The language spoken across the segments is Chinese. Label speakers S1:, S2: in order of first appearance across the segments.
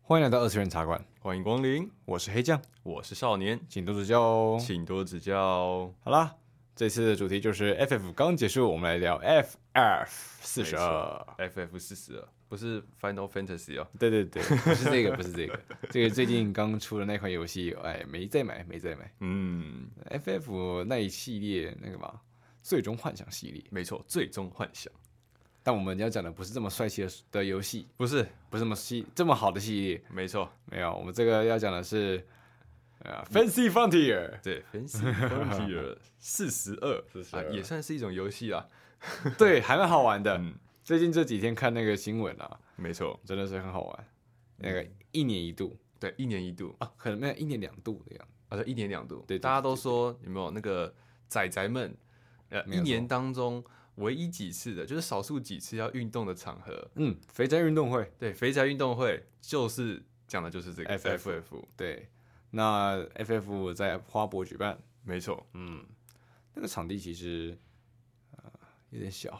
S1: 欢迎来到二次元茶馆，
S2: 欢迎光临，
S1: 我是黑酱，
S2: 我是少年，
S1: 请多指教哦。
S2: 请多指教。
S1: 好啦，这次的主题就是 FF 刚结束，我们来聊 FF 四十二。
S2: FF 四十二不是 Final Fantasy 哦，
S1: 对对 对，不是这个，不是这个，这个最近刚出的那款游戏，哎，没再买，没再买。
S2: 嗯，
S1: FF 那一系列那个嘛，最终幻想系列。
S2: 没错，最终幻想
S1: 但我们要讲的不是这么帅气的的游戏，
S2: 不是，
S1: 不是这么系这么好的系列，
S2: 没错，
S1: 没有。我们这个要讲的是，呃，Fancy Frontier。
S2: 对，Fancy Frontier 四十二啊，
S1: 42
S2: 也算是一种游戏啊。
S1: 对，还蛮好玩的。
S2: 嗯，
S1: 最近这几天看那个新闻啊，
S2: 没错，
S1: 真的是很好玩。
S2: 嗯
S1: 那个一年一度
S2: 对，一年一度
S1: 啊，可能没有一年两度的样子。
S2: 啊，对，一年两度。
S1: 对对
S2: 大家都说有没有那个仔仔们，呃，
S1: 没有错
S2: 一年当中唯一几次的，就是少数几次要运动的场合，
S1: 嗯，肥宅运动会。
S2: 对，肥宅运动会就是讲的就是这个
S1: FF
S2: FF，
S1: 对，那 FF 在花博举办，
S2: 没错，
S1: 嗯，那个场地其实呃有点小，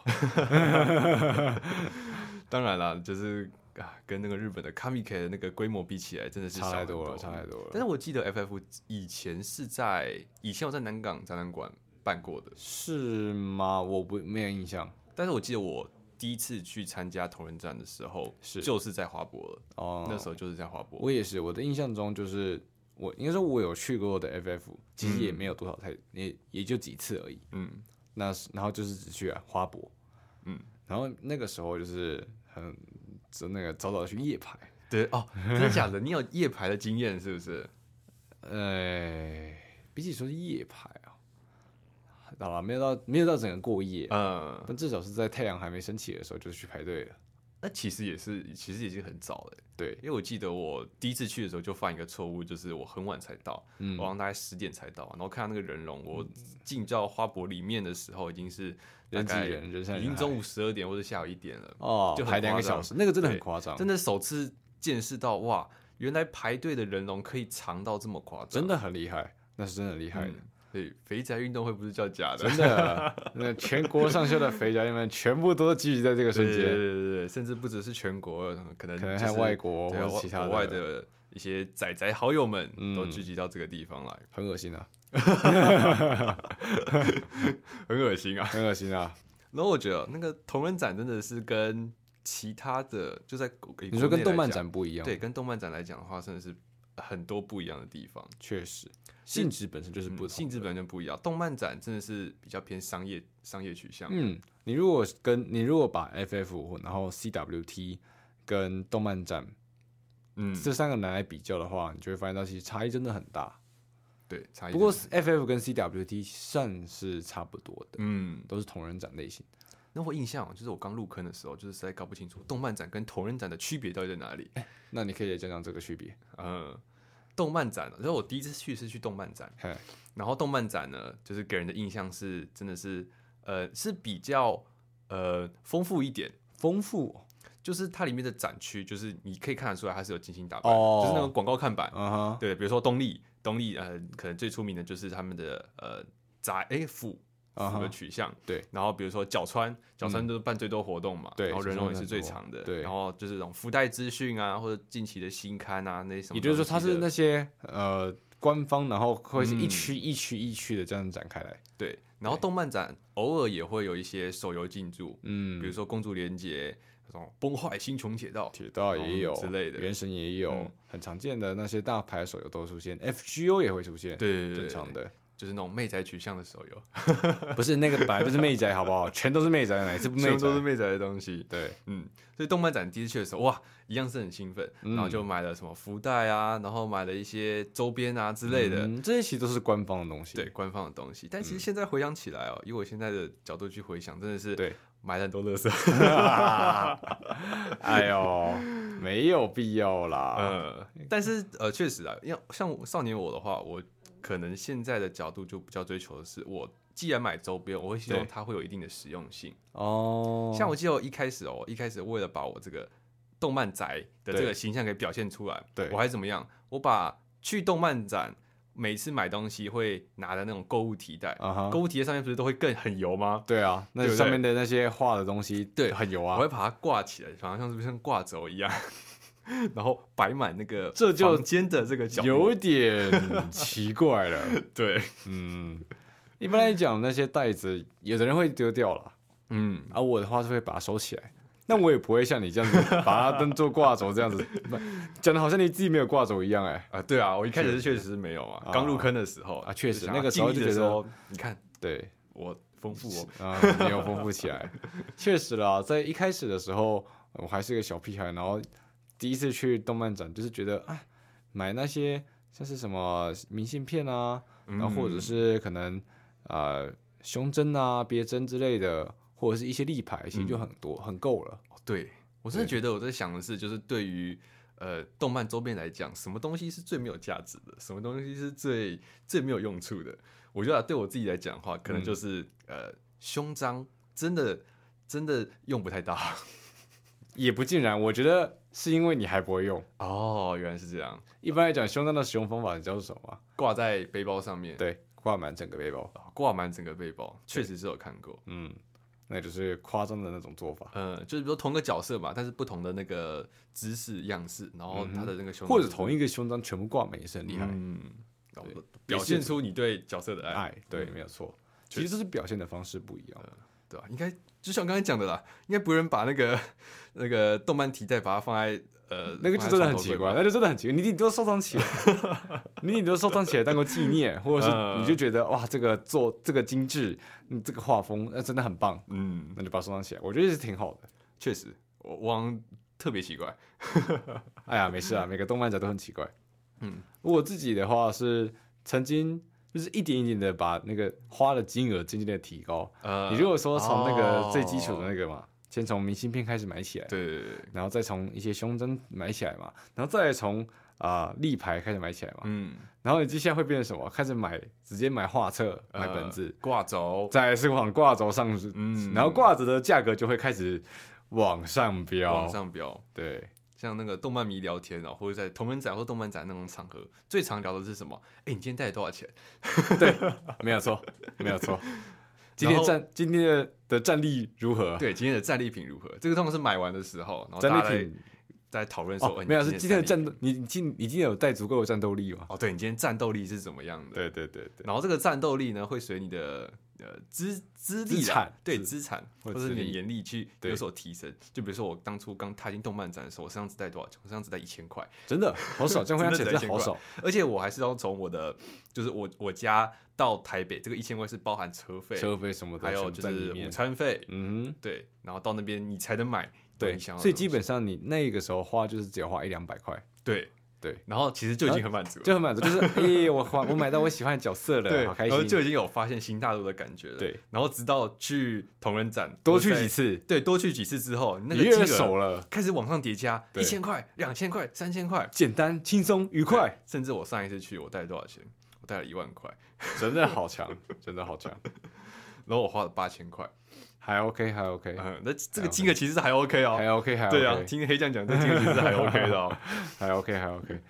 S2: 当然啦，就是啊，跟那个日本的 Comic 的那个规模比起来， 真的是
S1: 差
S2: 小
S1: 太
S2: 很
S1: 多
S2: 多
S1: 了，差太多了。
S2: 但是我记得 FF 以前是在以前我在南港展览馆办过的，
S1: 是吗？我不没有印象
S2: 但是我记得我第一次去参加同人展的时候，
S1: 是
S2: 就是在华博了，
S1: 哦。
S2: 那时候就是在华博。
S1: 我也是，我的印象中就是我应该说我有去过的 FF，其实也
S2: 嗯
S1: 没有多少太、也也就几次而已。
S2: 嗯，
S1: 那是然后就是只去、啊、花博，
S2: 嗯，
S1: 然后那个时候就是很就那个早早地去夜排，
S2: 对哦，真的假的？你有夜排的经验是不是？
S1: 呃，比起说是夜排啊，好了，没有到没有到整个过夜，
S2: 嗯，
S1: 但至少是在太阳还没升起的时候就去排队了。
S2: 那其实也是，其实已经很早了，
S1: 对，
S2: 因为我记得我第一次去的时候就犯一个错误，就是我很晚才到，
S1: 嗯
S2: 我好像大概十点才到，然后看到那个人龙，我进到花博里面的时候已经是大
S1: 人挤
S2: 概
S1: 人，人山
S2: 已
S1: 人
S2: 经
S1: 海
S2: 中午十二点或者下午一点了，
S1: 哦，
S2: 就很
S1: 排两个
S2: 夸张
S1: 小时，那个真的很
S2: 对
S1: 夸张，
S2: 真的首次见识到哇，原来排队的人龙可以长到这么夸张，
S1: 真的很厉害，那是真的很厉害的。
S2: 嗯对，肥宅运动会不是叫假的，
S1: 真 的，那全国上下的肥宅们全部都聚集在这个
S2: 对
S1: 瞬
S2: 对对
S1: 间，
S2: 对对，甚至不只是全国，嗯可能
S1: 可能
S2: 就
S1: 还有
S2: 是
S1: 外国或
S2: 对啊
S1: 者
S2: 外
S1: 其他
S2: 国外的一些仔仔好友们
S1: 嗯
S2: 都聚集到这个地方来，
S1: 很恶心啊，
S2: 很恶心啊。
S1: 很恶心啊！
S2: 然后我觉得那个同人展真的是跟其他的就在
S1: 你
S2: 你
S1: 说跟动漫展不一样，
S2: 对，，跟动漫展来讲的话，真的是很多不一样的地方，
S1: 确实，性质本身就是不
S2: 嗯性
S1: 同。
S2: 质本身不一样。动漫展真的是比较偏商业商业取向，
S1: 嗯，你如果跟你如果把 FF 然后 CWT 跟动漫展
S2: 嗯，
S1: 这三个拿来比较的话，你就会发现到其实差异真的很大。
S2: 对，差异
S1: 不过
S2: 真的
S1: FF 跟 CWT 算是差不多的，
S2: 嗯，
S1: 都是同人展类型。
S2: 那我印象哦就是我刚入坑的时候，就是实在搞不清楚动漫展跟同人展的区别到底在哪里。
S1: 那你可以来讲讲这个区别。
S2: 嗯，动漫展，然后我第一次去是去动漫展，
S1: 嘿，
S2: 然后动漫展呢，就是给人的印象是真的是呃是比较呃丰富一点。
S1: 丰富哦，
S2: 就是它里面的展区，就是你可以看得出来，它是有精心打扮的
S1: 哦
S2: 就是那种广告看板，
S1: 嗯哼，
S2: 对，比如说东立，东立呃，可能最出名的就是他们的呃杂哎府
S1: 啊
S2: 府
S1: 哈
S2: 的取向，
S1: 对。嗯
S2: 然后比如说角川，角川都是办最多活动嘛，
S1: 对
S2: 然后人
S1: 角川
S2: 龙也是
S1: 很
S2: 最
S1: 多
S2: 长的，
S1: 对
S2: 然后就是这种附带资讯啊，或者近期的新刊啊那些什
S1: 也
S2: 么东西的，
S1: 就是说，它是那些呃官方，然后会是一
S2: 嗯
S1: 区一区一区的这样展开来。
S2: 对，然后动漫展偶尔也会有一些手游进驻，
S1: 嗯，
S2: 比如说《公主连结》这种崩坏星穹铁道，
S1: 铁道也有、
S2: 嗯之类的
S1: 原神也有，
S2: 嗯
S1: 很常见的那些大牌手游都出现，FGO 也会出现，
S2: 对对对
S1: 正
S2: 对
S1: 常的，
S2: 就是那种妹仔取向的手 游，
S1: 不是那个本来就是妹仔，好不好？全都是妹仔，哪一次不妹
S2: 全部
S1: 仔
S2: 都？是妹仔的东西，
S1: 对，
S2: 嗯，所以动漫展第一次去的时候，哇，一样是很兴奋，
S1: 嗯
S2: 然后就买了什么福袋啊，然后买了一些周边啊之类的，
S1: 嗯，这些其实都是嗯官方的东西。
S2: 对官方的东西。但其实现在回想起来哦，以我现在的角度去回想，真的是
S1: 对，啊
S2: 买了很多乐色。
S1: 哎呦，没有必要啦。
S2: 呃，但是呃，确实啊，要像我少年我的话，我可能现在的角度就比较追求的是，我既然买周边，我会希望
S1: 对
S2: 它会有一定的实用性。
S1: 哦，
S2: 像我记得我一开始哦，我一开始为了把我这个动漫宅的这个形象给表现出来，
S1: 对
S2: 我还怎么样？我把去动漫展每次买东西会拿的那种购物提袋，
S1: 啊哈
S2: 购，物提袋上面不是都会更很油吗？
S1: 对啊，那
S2: 对不对
S1: 上面的那些画的东西，
S2: 对
S1: 很油
S2: 我
S1: 啊
S2: 会。把它挂起来，好像是不是像挂轴一样？ 然后摆满那个
S1: 这就
S2: 房间的这个角落
S1: 有点奇怪了。
S2: 对，
S1: 嗯，一般来讲，那些袋子有的人会丢掉了，
S2: 嗯，
S1: 而、啊我的话是会把它收起来。那我也不会像你这样子把它当做挂轴这样子，不讲的好像你自己没有挂轴一样哎、
S2: 啊，对啊，我一开始是确实是没有啊，
S1: 啊
S2: 刚入坑的时候
S1: 啊确实
S2: 就想要
S1: 那个时候
S2: 经
S1: 就
S2: 历的
S1: 觉
S2: 时
S1: 得
S2: 候，你看
S1: 对，
S2: 我丰富哦，
S1: 啊、没有丰富起来， 确实啦，在一开始的时候，我还是个小屁孩，然后第一次去动漫展，就是觉得啊，买那些像是什么明信片啊，
S2: 嗯
S1: 然后或者是可能呃胸针啊、别针之类的，或者是一些立牌，其实就很多、很够了。
S2: 对我真的
S1: 对
S2: 觉得我在想的是，就是对于呃动漫周边来讲，什么东西是最没有价值的，什么东西是最最没有用处的。我觉得对我自己来讲的话，可能
S1: 嗯
S2: 就是、呃胸章真的真的用不太到。
S1: 也不尽然，我觉得是因为你还不会用。
S2: 哦，原来是这样，
S1: 一般来讲，胸针的使用方法你知道是什么吗？
S2: 挂在背包上面，
S1: 对，挂满整个背包。
S2: 啊，挂满整个背包，确实是有看过。
S1: 嗯，那就是夸张的那种做法，
S2: 呃，就是比如同个角色嘛，但是不同的那个姿势样式，然后他的那个胸
S1: 嗯或者
S2: 同
S1: 同一个胸章全部挂满也是很厉害。
S2: 嗯，然后
S1: 对
S2: 表现出你对角色的爱。
S1: 哎，对，没有错。其实这是表现的方式不一样。
S2: 对吧、应该就像我刚才讲的啦，应该不能把那个那个动漫题材把它放在呃，
S1: 那个就
S2: 放在
S1: 真的
S2: 床
S1: 很
S2: 头
S1: 奇
S2: 柜
S1: 怪，
S2: 吧。
S1: 那就真的很奇怪。你顶多收藏起 来，你顶多收藏起来当个纪念，或者是
S2: 嗯
S1: 你就觉得哇，这个做这个精致，嗯，这个画风那、真的很棒，
S2: 嗯，
S1: 那就把它收藏起来，我觉得是挺好的。
S2: 确实，我我好像特别奇怪。
S1: 哎呀，没事啊，每个动漫者都很奇怪。
S2: 嗯，
S1: 我自己的话是曾经就是一点一点的把那个花的金额渐渐的提高。
S2: 呃，
S1: 你如果说从那个最基础的
S2: 哦
S1: 那个嘛，先从明信片开始买起来，
S2: 对对对对，
S1: 然后再从一些胸针买起来嘛，然后再从啊、立牌开始买起来嘛，
S2: 嗯，
S1: 然后你接下来会变成什么？开始买，直接买画册、
S2: 呃
S1: 买本子，
S2: 挂轴，
S1: 再来是往挂轴上，
S2: 呃嗯
S1: 然后挂着的价格就会开始往上飙。
S2: 往上标。
S1: 对，
S2: 像那个动漫迷聊天哦，或者在同人展或动漫展那种场合，最常聊的是什么？哎、你今天带了多少钱？
S1: 没有错，没有错。今天战今天的的战力如何？
S2: 对，今天的战利品如何？这个通常是买完的时候，然后
S1: 战
S2: 大家
S1: 力
S2: 在
S1: 挺
S2: 在讨论说，
S1: 哦
S2: 哎，
S1: 没有
S2: 你
S1: 是今天的
S2: 力
S1: 战斗，你你今你今天有带足够的战斗力吗？
S2: 哦，对你今天战斗力是怎么样的？
S1: 对对对对，
S2: 然后这个战斗力呢，会随你的呃资
S1: 资
S2: 资历啦
S1: 产
S2: 对
S1: 资
S2: 资产
S1: 或
S2: 或
S1: 者
S2: 者
S1: 资
S2: 是你的
S1: 历
S2: 眼力去
S1: 对
S2: 有所提升。就比如说我当初刚踏进动漫展的时候，我身上只带多少钱？我身上只带一千块，
S1: 真的好 少，这样回想起来
S2: 真的
S1: 真的好少。
S2: 而且我还是要从我的就是我我家到台北，这个一千块是包含车费，
S1: 车费什么的，
S2: 还有
S1: 全
S2: 就
S1: 部在里
S2: 是
S1: 面
S2: 午餐费，
S1: 嗯哼，
S2: 对，然后到那边你才能买
S1: 对，
S2: 你想要的
S1: 所以
S2: 东
S1: 基
S2: 西
S1: 本上你那个时候花就是只有花一两百块，
S2: 对
S1: 对，
S2: 然后其实就已经很满足了，
S1: 啊就很满足， 就是诶、我花我买到我喜欢的角色了，好开
S2: 然后
S1: 心。
S2: 就已经有发现新大陆的感觉了，
S1: 对，
S2: 然后直到去同人展
S1: 多去
S2: 或者
S1: 几
S2: 在
S1: 次，
S2: 对，多去几次之后，那
S1: 你
S2: 个
S1: 越来越
S2: 金额
S1: 熟了，
S2: 开始往上叠加，
S1: 对
S2: 一千块、两千块、三千块，
S1: 简单、轻松、愉
S2: 对
S1: 快，，
S2: 甚至我上一次去，我带了多少钱？我带了一万块，
S1: 真的好强，真的好强，
S2: 然后我花了八千块，
S1: 还 OK，还 OK，
S2: 嗯，那
S1: 还
S2: 这个
S1: OK
S2: 金额其实还 OK
S1: 还
S2: 哦。
S1: OK，还
S2: 对啊，
S1: OK，
S2: 听黑酱讲，这金额其实还 OK 的哦。
S1: 还 OK，还 OK。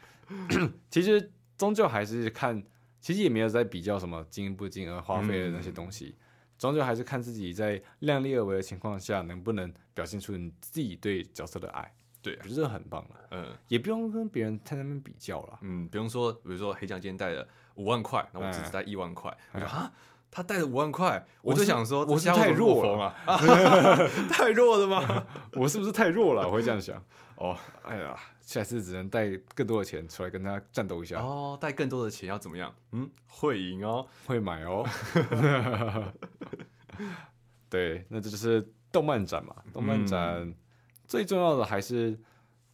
S1: 其实终究还是看，其实也没有在比较什么金不金额、花费的那些东西，终究还是看自己在量力而为的情况下，能不能表现出你自己对角色的爱。
S2: 对
S1: 我觉得这很棒了，
S2: 嗯
S1: 也不用跟别人在那边比较了。
S2: 嗯，不用说，比如说黑酱今天带了五万块，然后我只
S1: 哎
S2: 只带一万块，我
S1: 哎
S2: 说啊，他带了五万块，我
S1: 我
S2: 就是想说，
S1: 我是
S2: 这家伙
S1: 太
S2: 怎么
S1: 弱
S2: 那么
S1: 了
S2: 疯啊， 太弱 了吗？
S1: 我是不是太弱了？我会这样想。
S2: 哦
S1: 哎呀，下次只能带更多的钱出来跟他战斗一下，
S2: 哦，带更多的钱要怎么样？嗯，会赢哦。
S1: 会买 哦。对，那这就是动漫展嘛。动漫
S2: 嗯
S1: 展最重要的还是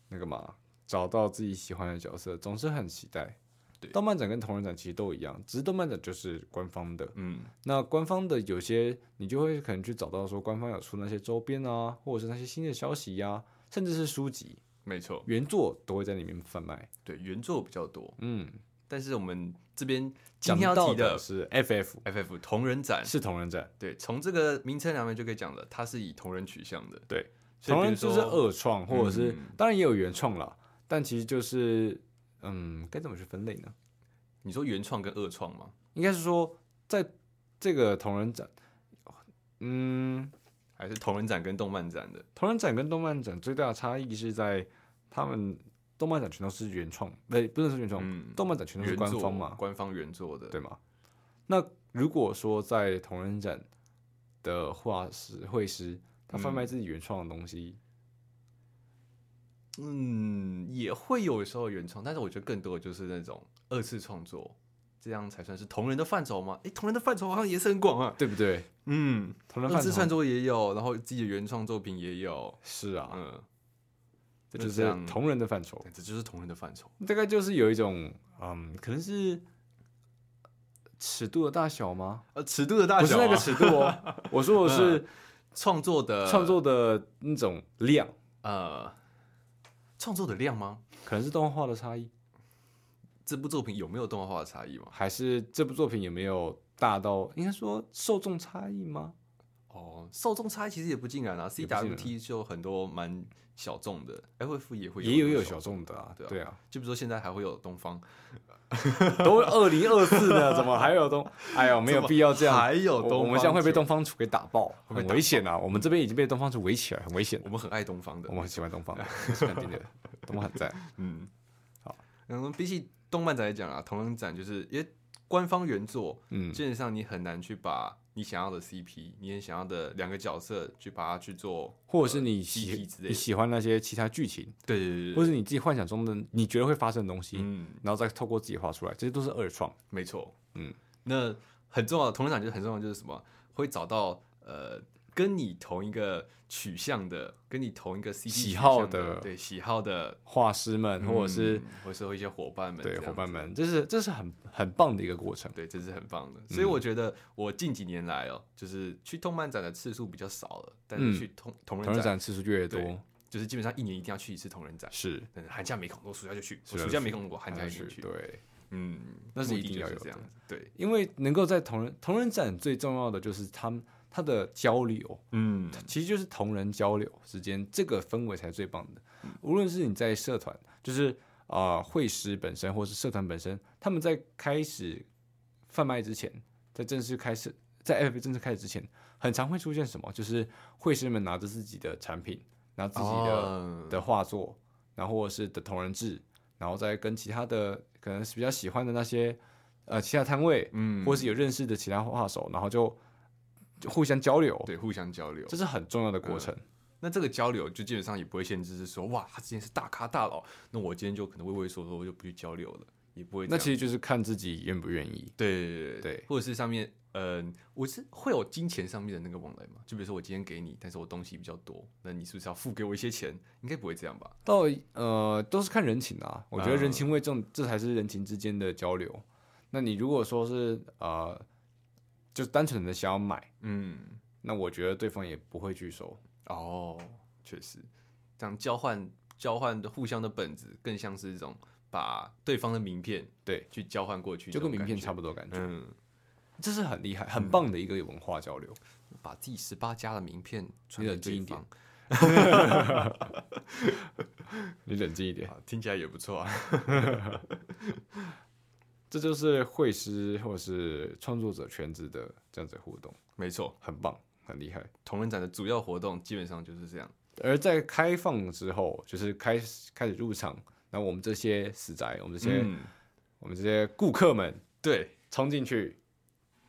S1: 那个嘛，找到自己喜欢的角色，总是很期待。
S2: 对
S1: 动漫展跟同人展其实都一样，只是动漫展就是官方的，
S2: 嗯，
S1: 那官方的有些你就会可能去找到说官方有出那些周边啊，或者是那些新的消息呀、甚至是书籍
S2: 没错，
S1: 原作都会在里面贩卖。
S2: 对，原作比较多，
S1: 嗯，
S2: 但是我们这边今
S1: 讲
S2: 天要
S1: 到
S2: 提的
S1: 是 FF
S2: FF 同人展，
S1: 是同人展，
S2: 对，从这个名称上面就可以讲了，它是以同人取向的，
S1: 对，
S2: 所以
S1: 同
S2: 比如
S1: 人
S2: 说
S1: 就是二创，或者是、
S2: 嗯
S1: 当然也有原创啦，但其实就是嗯，该怎么去分类呢？
S2: 你说原创跟二创吗？
S1: 应该是说在这个同人展，嗯，
S2: 还是同人展跟动漫展的？
S1: 同人展跟动漫展最大的差异是在他们动漫展全都是原创，呃，不是说原创，
S2: 嗯，
S1: 动漫展全都是
S2: 原
S1: 官
S2: 作
S1: 方嘛，
S2: 官方原作的，
S1: 对吗？那如果说在同人展的画师、绘师，他贩卖自己原创的东西，
S2: 嗯，也会有时候原创，但是我觉得更多的就是那种二次创作，这样才算是同人的范畴吗？诶，同人的范畴好像也是很广啊。
S1: 对不对？
S2: 嗯，
S1: 同人
S2: 二
S1: 贩
S2: 次创
S1: 同
S2: 作也有，然后自己的原创作品也有，
S1: 是啊，
S2: 嗯，
S1: 这就
S2: 这
S1: 是
S2: 样
S1: 同人的范畴。
S2: 但这就是同人的范畴。
S1: 大概就是有一种，嗯，可能是尺度的大小吗？
S2: 呃，尺度的大
S1: 不是
S2: 小、啊、嗯
S1: 那个尺度 哦，我说的是
S2: 创作的
S1: 创作的那种量，
S2: 呃创作的量吗？
S1: 可能是动画的差异，
S2: 这部作品有没有动画化的差异吗？
S1: 还是这部作品有没有大到应该说受众差异吗？
S2: 哦，受众差异其实也不尽然啊
S1: 也不尽然
S2: ，CWT 就很多蛮小众的，FF 也会
S1: 也有
S2: 很
S1: 有
S2: 多
S1: 小众的啊，
S2: 对啊
S1: 对啊，
S2: 就比如说现在还会有东方，
S1: 都二零二四了，怎么还有 东？哎呦，没有必要这样，
S2: 还有
S1: 我
S2: 东方
S1: 我们这样会被
S2: 球，
S1: 东方楚给打 爆，很危险啊！我们这边已经被东方楚围起来，很危险
S2: 我。们很爱东方的
S1: 我，们很喜欢东 方，是肯定的，东方很赞。
S2: 嗯，
S1: 好。
S2: 然后比起动漫展来讲啊，同人展就是因为官方原作，
S1: 嗯，
S2: 基本上你很难去把你想要的 CP，你很想要的两个角色去把它去做，
S1: 或者是你
S2: 集体
S1: 喜
S2: 之类的
S1: 你喜欢那些其他剧情，
S2: 对对对
S1: 或是你自己幻想中的你觉得会发生的东西，
S2: 嗯，
S1: 然后再透过自己画出来，这些都是二创。
S2: 没错，
S1: 嗯，
S2: 那很重要的同人展就是很重要，就是什么会找到呃跟你同一个取向的，跟你同一个 CP
S1: 喜
S2: 取
S1: 好
S2: 向
S1: 的
S2: 对喜好的，
S1: 画师们或者是
S2: 嗯、或者是一些伙伴们，
S1: 对
S2: 这样
S1: 伙伴
S2: 子
S1: 们，这是这是很很棒的一个过程。
S2: 对，这是很棒
S1: 嗯
S2: 的。所以我觉得我近几年来哦，就是去动漫展的次数比较少了，但
S1: 嗯
S2: 是去同同
S1: 同人
S2: 人展
S1: 展次数越
S2: 对
S1: 多，
S2: 就是基本上一年一定要去一次同人展。
S1: 是
S2: 嗯，寒假没空，我暑假就去；我
S1: 是啊
S2: 暑假没空，我寒假一
S1: 还
S2: 定
S1: 啊是
S2: 去。
S1: 对，
S2: 嗯，
S1: 那是
S2: 目
S1: 一
S2: 的
S1: 定
S2: 就
S1: 要
S2: 是
S1: 有
S2: 这样
S1: 的
S2: 子。对，
S1: 因为能够在同人同人展最重要的就是他们他的交流，
S2: 嗯，
S1: 其实就是同人交流之间这个氛围才是最棒的。
S2: 嗯
S1: 无论是你在社团，就是啊会师本身，或是社团本身，他们在开始贩卖之前，在正式开始，在 FB 正式开始之前，很常会出现什么？就是会师们拿着自己的产品，拿自己的、
S2: 哦
S1: 的画作，然后或者是的同人志，然后再跟其他的可能是比较喜欢的那些呃其他摊位，
S2: 嗯，
S1: 或是有认识的其他画手，然后就就互相交流。
S2: 对互相交流
S1: 这。是很重要的过程。
S2: 嗯那这个交流就基本上也不会限制是说，哇，他之前是大咖大佬，那我今天就可能畏畏缩缩，我就不去交流了，也不会这
S1: 那
S2: 样。
S1: 其实就是看自己愿不愿意。
S2: 对对
S1: 对
S2: 或者是上面，嗯、我是会有金钱上面的那个往来嘛？就比如说我今天给你，但是我东西比较多，那你是不是要付给我一些钱？应该不会这样吧？
S1: 到呃，都是看人情啊。我觉得
S2: 嗯
S1: 人情味重，这才是人情之间的交流。那你如果说是呃，就单纯的想要买，
S2: 嗯，
S1: 那我觉得对方也不会拒收。
S2: 哦，确实，这样交换交换的互相的本质，更像是一种把对方的名片
S1: 对
S2: 去交换过去，
S1: 就跟名片差
S2: 不
S1: 不多感觉，
S2: 嗯，
S1: 这是很厉害、很棒的一个文化交流。
S2: 把自己十八家的名片传
S1: 你
S2: 给
S1: 冷静
S2: 对
S1: 一点
S2: 方，
S1: 你冷静一点，
S2: 啊，听起来也不错啊。
S1: 这就是绘师或者是创作者圈子的这样子的互动，
S2: 没错，
S1: 很棒，很厉害。
S2: 同人展的主要活动基本上就是这样。
S1: 而在开放之后，就是开始开始入场，那我们这些死宅，我们这些、
S2: 嗯，
S1: 我们这些顾客们
S2: 对，
S1: 冲进去，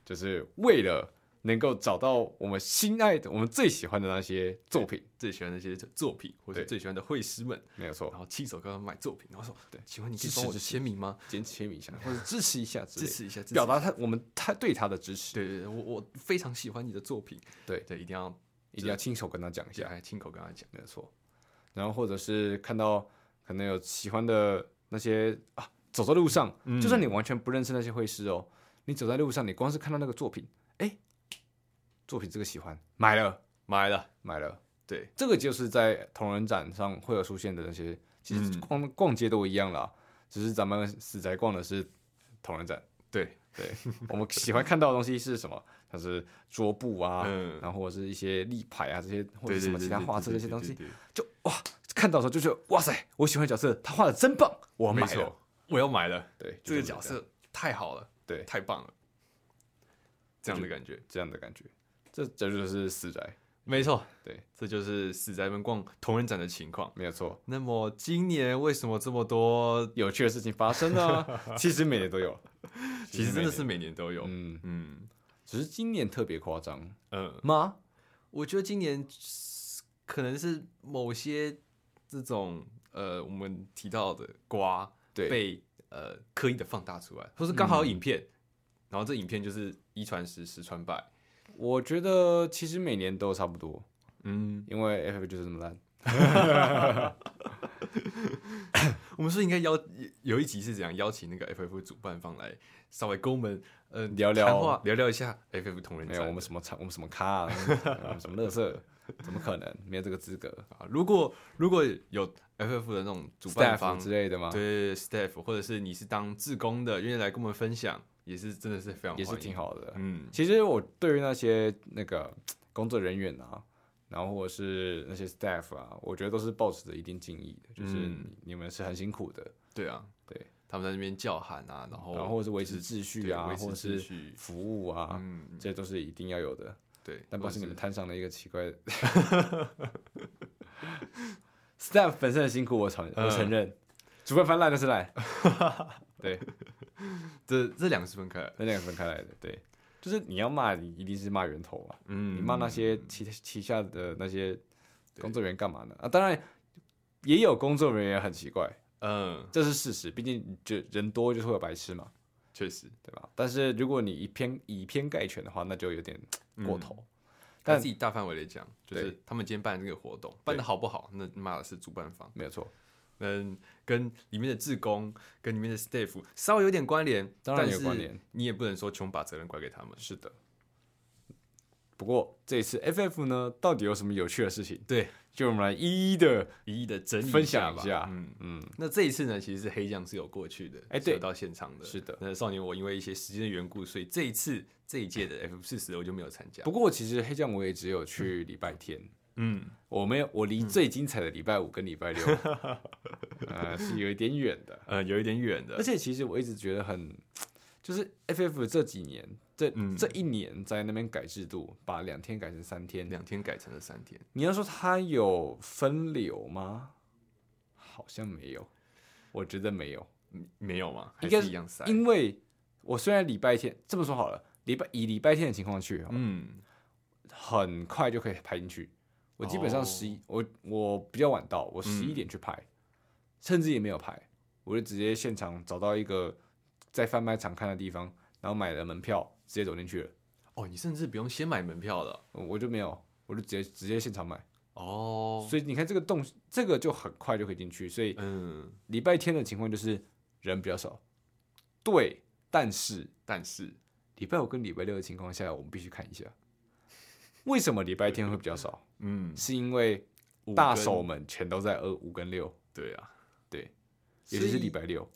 S1: 就是为了能够找到我们心爱的、我们最喜欢的那些作品。
S2: 最喜欢那些作品，或是
S1: 对
S2: 最喜欢的绘师们，
S1: 没有错
S2: 然，后亲手跟他们买作品，然后说：“
S1: 对
S2: 请问你可
S1: 支
S2: 以
S1: 持
S2: 帮我
S1: 支持
S2: 签名吗？
S1: 先签名一下，或者支持一下之类的，
S2: 支持一下，支持一下
S1: 表达他我们他对他的支持，
S2: 对对对，我我非常喜欢你的作品，
S1: 对啊
S2: 对，一定要
S1: 一定要亲手跟他讲一
S2: 对
S1: 下。
S2: 还亲口跟他讲。
S1: 没有错，然后或者是看到可能有喜欢的那些啊，走在路上，就算你完全不认识那些绘师哦，你走在路上，你光是看到那个作品，哎，作品这个喜欢，买了
S2: 买了，
S1: 买了，
S2: 对，
S1: 这个就是在同人展上会有出现的那些，其实
S2: 嗯
S1: 逛、逛街都一样啦，只是咱们死宅逛的是同人展，
S2: 对，
S1: 对我们喜欢看到的东西是什么？像是桌布啊，
S2: 嗯
S1: 然后或者是一些立牌啊这些，或者
S2: 对
S1: 是什
S2: 对
S1: 么
S2: 对，
S1: 其他
S2: 对
S1: 画
S2: 对
S1: 册这
S2: 对
S1: 些
S2: 对
S1: 东
S2: 对
S1: 西。
S2: 对
S1: 就哇，看到的时候就觉得哇塞，我喜欢的角色，他画的真棒，我
S2: 没
S1: 买了
S2: 错。，我要买了，
S1: 对，就
S2: 这个
S1: 么
S2: 角
S1: 样
S2: 色太好了，
S1: 对
S2: 太棒了，这样的
S1: 就
S2: 感觉。
S1: 这样的感觉，这这就是死宅，
S2: 我没错，
S1: 对，
S2: 这就是死宅们逛同人展的情况。
S1: 没有错。
S2: 那么今年为什么这么多？
S1: 有趣的事情发生呢， 其实每年都有，
S2: 其实真的是
S1: 每
S2: 每年都有。
S1: 年嗯，
S2: 嗯
S1: 只是今年特别夸张
S2: 呃，
S1: 吗？
S2: 我觉得今年是可能是某些这种呃我们提到的瓜
S1: 对，
S2: 被呃刻意的放大出来，或是刚好有
S1: 嗯
S2: 影片，然后这影片就是一传十，十传百。
S1: 我觉得其实每年都差不多，
S2: 嗯，
S1: 因为 F F 就是这么烂。
S2: 我们是不是应该邀有一集是怎样邀请那个 FF 主办方来稍微跟我们呃
S1: 聊聊
S2: 谈话聊聊一下 FF 同人
S1: 没有，
S2: 展
S1: 我们什么厂，我们什么咖、 啊，我们什么乐色，怎么可能没有这个资 格
S2: 啊？如果如果有 FF 的那种主办
S1: ？staff
S2: 方
S1: 之类的吗？，
S2: 对 staff，或者是你是当志工的，愿意来跟我们分享，也是真的是非常
S1: 也是
S2: 欢迎
S1: 挺。好的。
S2: 嗯
S1: 其实我对于那些那个工作人员啊，然后或者是那些 staff 啊，我觉得都是抱持着一定敬意的，就是
S2: 嗯
S1: 你你们是很辛苦的，，
S2: 对啊，
S1: 对，
S2: 他们在那边叫喊啊，然后
S1: 然后或者是维持秩序啊，
S2: 对维持
S1: 或者
S2: 秩
S1: 是
S2: 序，
S1: 服务啊，
S2: 嗯，
S1: 这都是一定要有的。
S2: 对，
S1: 但不
S2: 或
S1: 是
S2: 者
S1: 你们摊上了一个奇怪的 staff 本身很辛苦，我承
S2: 嗯
S1: 我承认，主办方烂就是烂，对，
S2: 这这两个是分开的，
S1: 那两个分开来的，对，就是你要骂，你一定是骂源头啊，
S2: 嗯，
S1: 你骂那些旗旗下的那些工作人员干嘛呢？啊，当然也有工作人员很奇怪，
S2: 嗯，
S1: 这是事实，毕竟人人多就是会有白痴嘛，
S2: 确实
S1: 对吧？但是如果你以偏以偏概全的话，那就有点过头。
S2: 他
S1: 但
S2: 嗯自己大范围的讲，就
S1: 对
S2: 是他们今天办这个活动办的好不好，那骂的是主办方，
S1: 没有错，
S2: 嗯，跟里面的志工跟里面的 staff 稍微有点关联，
S1: 当然
S2: 但
S1: 有
S2: 是
S1: 关联
S2: 你也不能说穷把责任怪给他们。
S1: 是的。不过这一次 FF 呢，到底有什么有趣的事情？
S2: 对，
S1: 就我们来一一的，
S2: 一一的整理
S1: 分享
S2: 吧
S1: 一下
S2: 嗯，
S1: 嗯，
S2: 那这一次呢，其实是黑酱是有过去的，
S1: 哎对
S2: 是有到现场的。
S1: 是的
S2: 那少年我因为一些时间的缘故，所以这一次这一届的 F 四十我就没有参加
S1: 不。过其实黑酱我也只有去礼拜天，
S2: 嗯，
S1: 我没有，我离最精彩的礼拜五跟礼 拜六，呃，是有一点远的。
S2: 呃，有一点远的
S1: 而，且其实我一直觉得很，就是 FF 这几年，这、
S2: 嗯
S1: 这一年在那边改制度，把两天改成三天。
S2: 两天改成了三天。
S1: 你要说它有分流吗？好像没有，我觉得没有，
S2: 嗯没有吗？还
S1: 应该
S2: 是
S1: 是
S2: 一样塞。
S1: 因为我虽然礼拜天这么说好了，礼拜以礼拜天的情况去好了，
S2: 嗯，
S1: 很快就可以排进去。我基本
S2: 哦嗯
S1: 上十一、我我比较晚到，我十一点去排，甚至也没有排，我就直接现场找到一个在贩卖场看的地方，然后买了门票，直接走进去了。
S2: 哦，你甚至不用先买门票了。
S1: 我就没有，我就直接直接现场买。
S2: 哦，
S1: 所以你看这个动，这个就很快就可以进去。所以
S2: 嗯，
S1: 礼拜天的情况就是人比较少，对，但是
S2: 但是
S1: 礼拜五跟礼拜六的情况下，我们必须看一下，为什么礼拜天会比较少？
S2: 嗯，
S1: 是因为
S2: 五
S1: 大
S2: 跟
S1: 手们全都在二五跟六，
S2: 对啊，
S1: 对，
S2: 所
S1: 尤
S2: 以
S1: 其是礼拜六，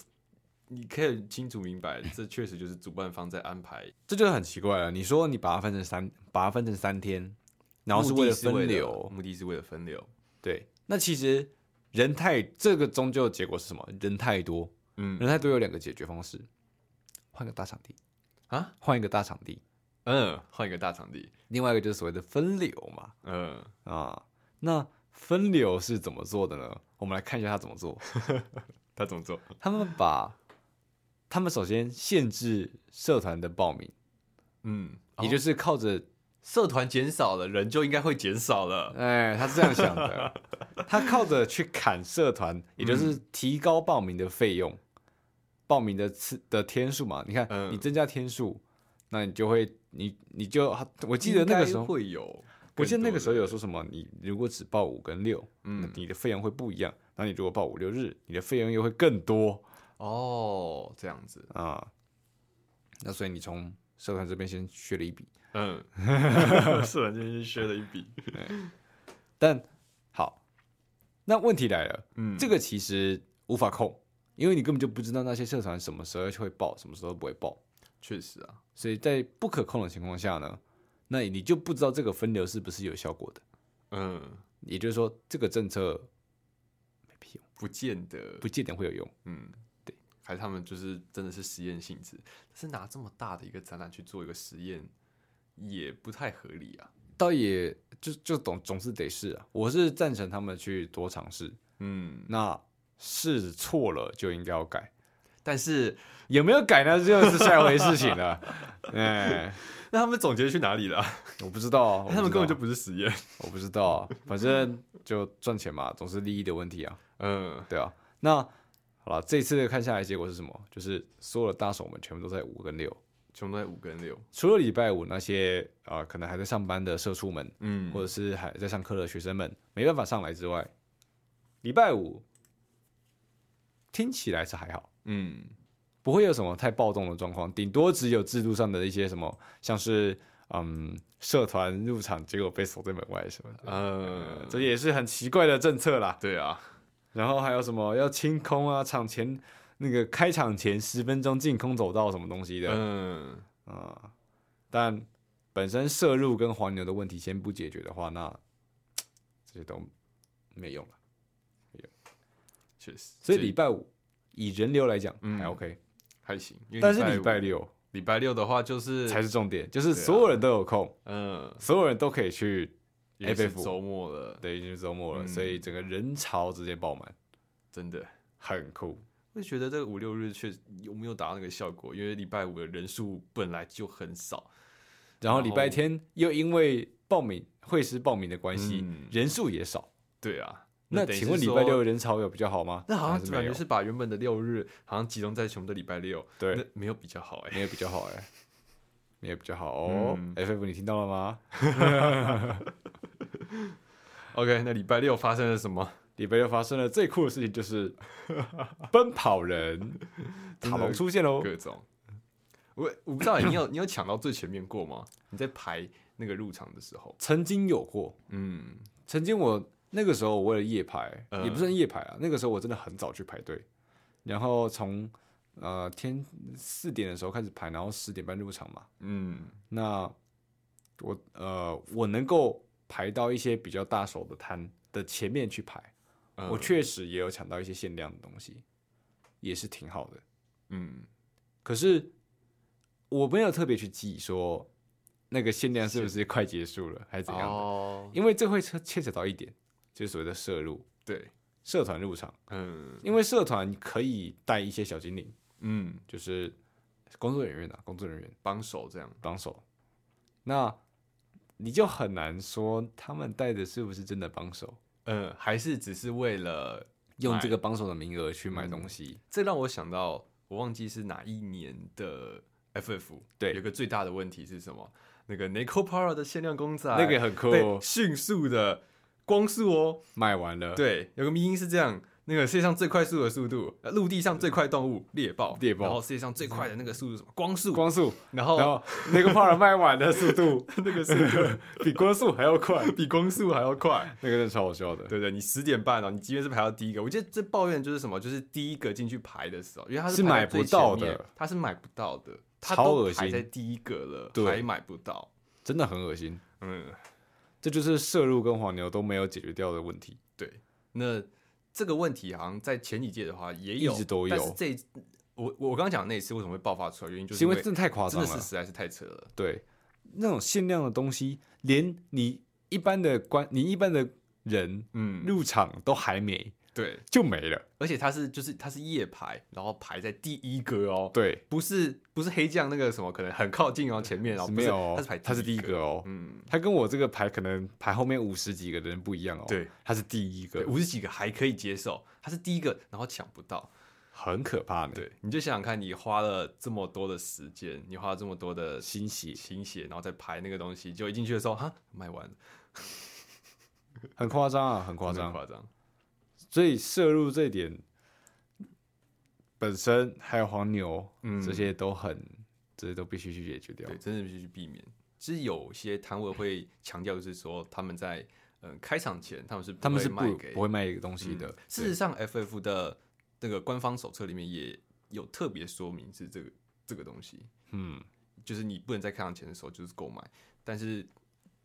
S2: 你可以清楚明白，这确实就是主办方在安排，
S1: 这就很奇怪了。你说你把它分成三，把它分成三天，然后是为了分流，
S2: 目的是为了分流。
S1: 对，那其实人太这个终究结果是什么？人太多，
S2: 嗯
S1: 人太多有两个解决方式，换个大场地，
S2: 啊，
S1: 换一个大场地，
S2: 嗯，换一个大场地，
S1: 另外一个就是所谓的分流嘛，
S2: 嗯，
S1: 啊，那分流是怎么做的呢？我们来看一下他怎么做。
S2: 他怎么做？
S1: 他们把，他们首先限制社团的报名，
S2: 嗯，
S1: 也就是靠着，
S2: 社团减少了，人就应该会减少了。
S1: 哎，他是这样想的， 嗯他靠着去砍社团，也就是提高报名的费用，报名的次的天数嘛。你看，
S2: 嗯
S1: 你增加天数，那你就会，你你就，我记得那个时
S2: 应该
S1: 候，
S2: 会有，
S1: 我记得那个时候有
S2: 说，
S1: 说什么，你如果只报五跟六，那
S2: 嗯，
S1: 你的费用会不一样。那你如果报五六日，你的费用又会更多。
S2: 哦，这样子，
S1: 啊，那所以你从社团这边先削了一笔，
S2: 嗯， 社团今天削了一笔，
S1: 但好，那问题来了，
S2: 嗯，
S1: 这个其实无法控，因为你根本就不知道那些社团什么时候会报，什么时候不会报，
S2: 确实啊，
S1: 所以在不可控的情况下呢，那你就不知道这个分流是不是有效果的，
S2: 嗯，
S1: 也就是说，这个政策没屁用，
S2: 不见得，
S1: 不见得会有用。
S2: 嗯，对，还是他们就是真的是实验性质，但是拿这么大的一个展览去做一个实验，也不太合理啊。
S1: 倒也就就总总是得试啊。我是赞成他们去多尝试，
S2: 嗯，
S1: 那试错了就应该要改，
S2: 但是
S1: 有没有改呢？就是下回事情了。哎、
S2: 那他们总结去哪里了？
S1: 我不知道啊，我
S2: 他们
S1: 不知
S2: 根本就
S1: 道
S2: 不是实验。
S1: 我不知道啊，反正就赚钱嘛， 总是利益的问题啊，
S2: 嗯，
S1: 对啊。那好了，这次的看下来结果是什么？就是所有的大手们全部都在五跟六，
S2: 全部都在五跟六。
S1: 除了礼拜五那些啊、呃可能还在上班的社畜们，
S2: 嗯
S1: 或者是还在上课的学生们没办法上来之外，礼拜五听起来是还好，
S2: 嗯
S1: 不会有什么太暴动的状况，顶多只有制度上的一些什么，像是嗯社团入场结果被锁在门外什么的，
S2: 呃，
S1: 这也是很奇怪的政策啦。
S2: 对啊，
S1: 然后还有什么要清空啊，场前那个开场前十分钟净空走道什么东西的啊、
S2: 嗯
S1: 但本身摄入跟黄牛的问题先不解决的话，那这些都没用了。
S2: 确实，
S1: 所以礼拜五以人流来讲
S2: 嗯
S1: 还 OK，、
S2: 还行，因为
S1: 但是礼
S2: 五
S1: 拜六
S2: 礼拜六的话就是啊
S1: 才是重点，就是所有人都有空，
S2: 嗯，
S1: 所有人都可以去
S2: 也是
S1: FF
S2: 周末了，
S1: 对，已经是周末了，
S2: 嗯
S1: 所以整个人潮直接爆满，
S2: 真的。
S1: 很酷。
S2: 我就觉得这个五六日确实有没有达到那个效果，因为礼拜五的人数本来就很少，
S1: 然后礼拜
S2: 然后
S1: 天又因为报名会师报名的关系，
S2: 嗯
S1: 人数也少。
S2: 对啊。
S1: 那
S2: 等于
S1: 请
S2: 是
S1: 问礼
S2: 说
S1: 拜六的人潮有比较好吗？
S2: 那好像
S1: 还是
S2: 感
S1: 没
S2: 觉
S1: 有，
S2: 是把原本的六日好像集中在全部的礼拜六，那
S1: 对，
S2: 没有比较好哎、
S1: 没有比较好哎、没有比较好哦。
S2: 嗯
S1: FF，你听到了吗？
S2: OK，那礼拜六发生了什么？
S1: 礼拜六发生了最酷的事情，就是奔跑 人塔龙出现喽。
S2: 各种，我我不知道欸你有你有抢到最前面过吗？你在排那个入场的时候，
S1: 曾经有过，
S2: 嗯，
S1: 曾经我那个时候我为了夜排，
S2: 嗯
S1: 也不算夜排啊，那个时候我真的很早去排队，然后从呃天四点的时候开始排，然后十点半入场嘛。
S2: 嗯，
S1: 那我呃我能够排到一些比较大手的摊的前面去排，
S2: 嗯
S1: 我，确实也有抢到一些限量的东西，也是挺好的。
S2: 嗯，
S1: 可是我没有特别去记说那个限量是不是快结束了，还是怎样的，
S2: 哦，
S1: 因为这会牵牵扯到一点，就是所谓的摄入
S2: 对，
S1: 社团入场，
S2: 嗯
S1: 因为社团可以带一些小精灵，
S2: 嗯，
S1: 就是工作人员啊，工作人员
S2: 帮手这样，
S1: 帮手，那你就很难说他们带的是不是真的帮手，
S2: 嗯，还是只是为了
S1: 用
S2: 买
S1: 这个帮手的名额去买东西，
S2: 这让我想到，我忘记是哪一年的 FF，
S1: 对
S2: 有个最大的问题是什么？那个 Nico Para 的限量公仔，
S1: 嗯那个很酷
S2: 被迅速的光速哦，
S1: 卖完了，，
S2: 对，有个迷音是这样：那个世界上最快速的速度，呃陆地上最快动物猎豹，
S1: 猎豹
S2: 然后世界上最快的那个速度是 什么？光速，
S1: 光速，然
S2: 然后
S1: 后那个 part 卖完的哦速 度
S2: 那个速度
S1: 比光速还要快，
S2: 比光速还要快。
S1: 那个真的超好笑的，
S2: 对不对，你十点半哦，你即便是排到第一个，我记得这抱怨就是什么，就是第一个进去排的时候，因为他
S1: 是买
S2: 买
S1: 不到的，
S2: 他是买不到的，他
S1: 超
S2: 都
S1: 恶
S2: 排
S1: 心
S2: 在第一个了，
S1: 对
S2: 还买不到，
S1: 真的很恶心。
S2: 嗯，
S1: 这就是摄入跟黄牛都没有解决掉的问题。
S2: 对，那这个问题好像在前几届的话也
S1: 一
S2: 有，
S1: 直都
S2: 但
S1: 有
S2: 是这一我我刚刚讲的那一次为什么会爆发出来，原因就是
S1: 因为真的太夸
S2: 真
S1: 张
S2: 的是
S1: 了。
S2: 实在是太扯了。
S1: 对，那种限量的东西，连你一般的观，你一般的人
S2: 嗯，
S1: 入场都还没
S2: 对，
S1: 就没了。
S2: 而且它是就是它是夜排，然后排在第一个哦，，
S1: 对，
S2: 不是不是黑酱那个什么，可能很靠近哦前面哦，
S1: 是
S2: 不
S1: 没
S2: 是
S1: 有哦，
S2: 它是排
S1: 他是第一个，哦。
S2: 嗯，
S1: 他跟我这个排可能排后面五十几个的人不一样哦。
S2: 对，
S1: 他是第一
S2: 对，
S1: 个，
S2: 五十几个还可以接受，它是第一个，然后抢不到，
S1: 很可怕呢。
S2: 对，你就想想看，你花了这么多的时间，你花了这么多的
S1: 心血
S2: 心血，然后再排那个东西，就一进去的时候，哈，卖完了，
S1: 很夸张啊，很夸
S2: 真的
S1: 张。
S2: 夸张，
S1: 所以摄入这一点本身还有黄牛，
S2: 嗯
S1: 这些都很，这些都必须去解决掉
S2: 对，。真的必须去避免。其实有些摊位会强调，就是说他们在嗯、呃开场前他们是不
S1: 他们
S2: 会
S1: 是
S2: 卖
S1: 不
S2: 给
S1: 不会卖东西的
S2: 嗯。事实上，FF 的那个官方手册里面也有特别说明是这个这个东西，
S1: 嗯，
S2: 就是你不能在开场前的时候就是购买，但是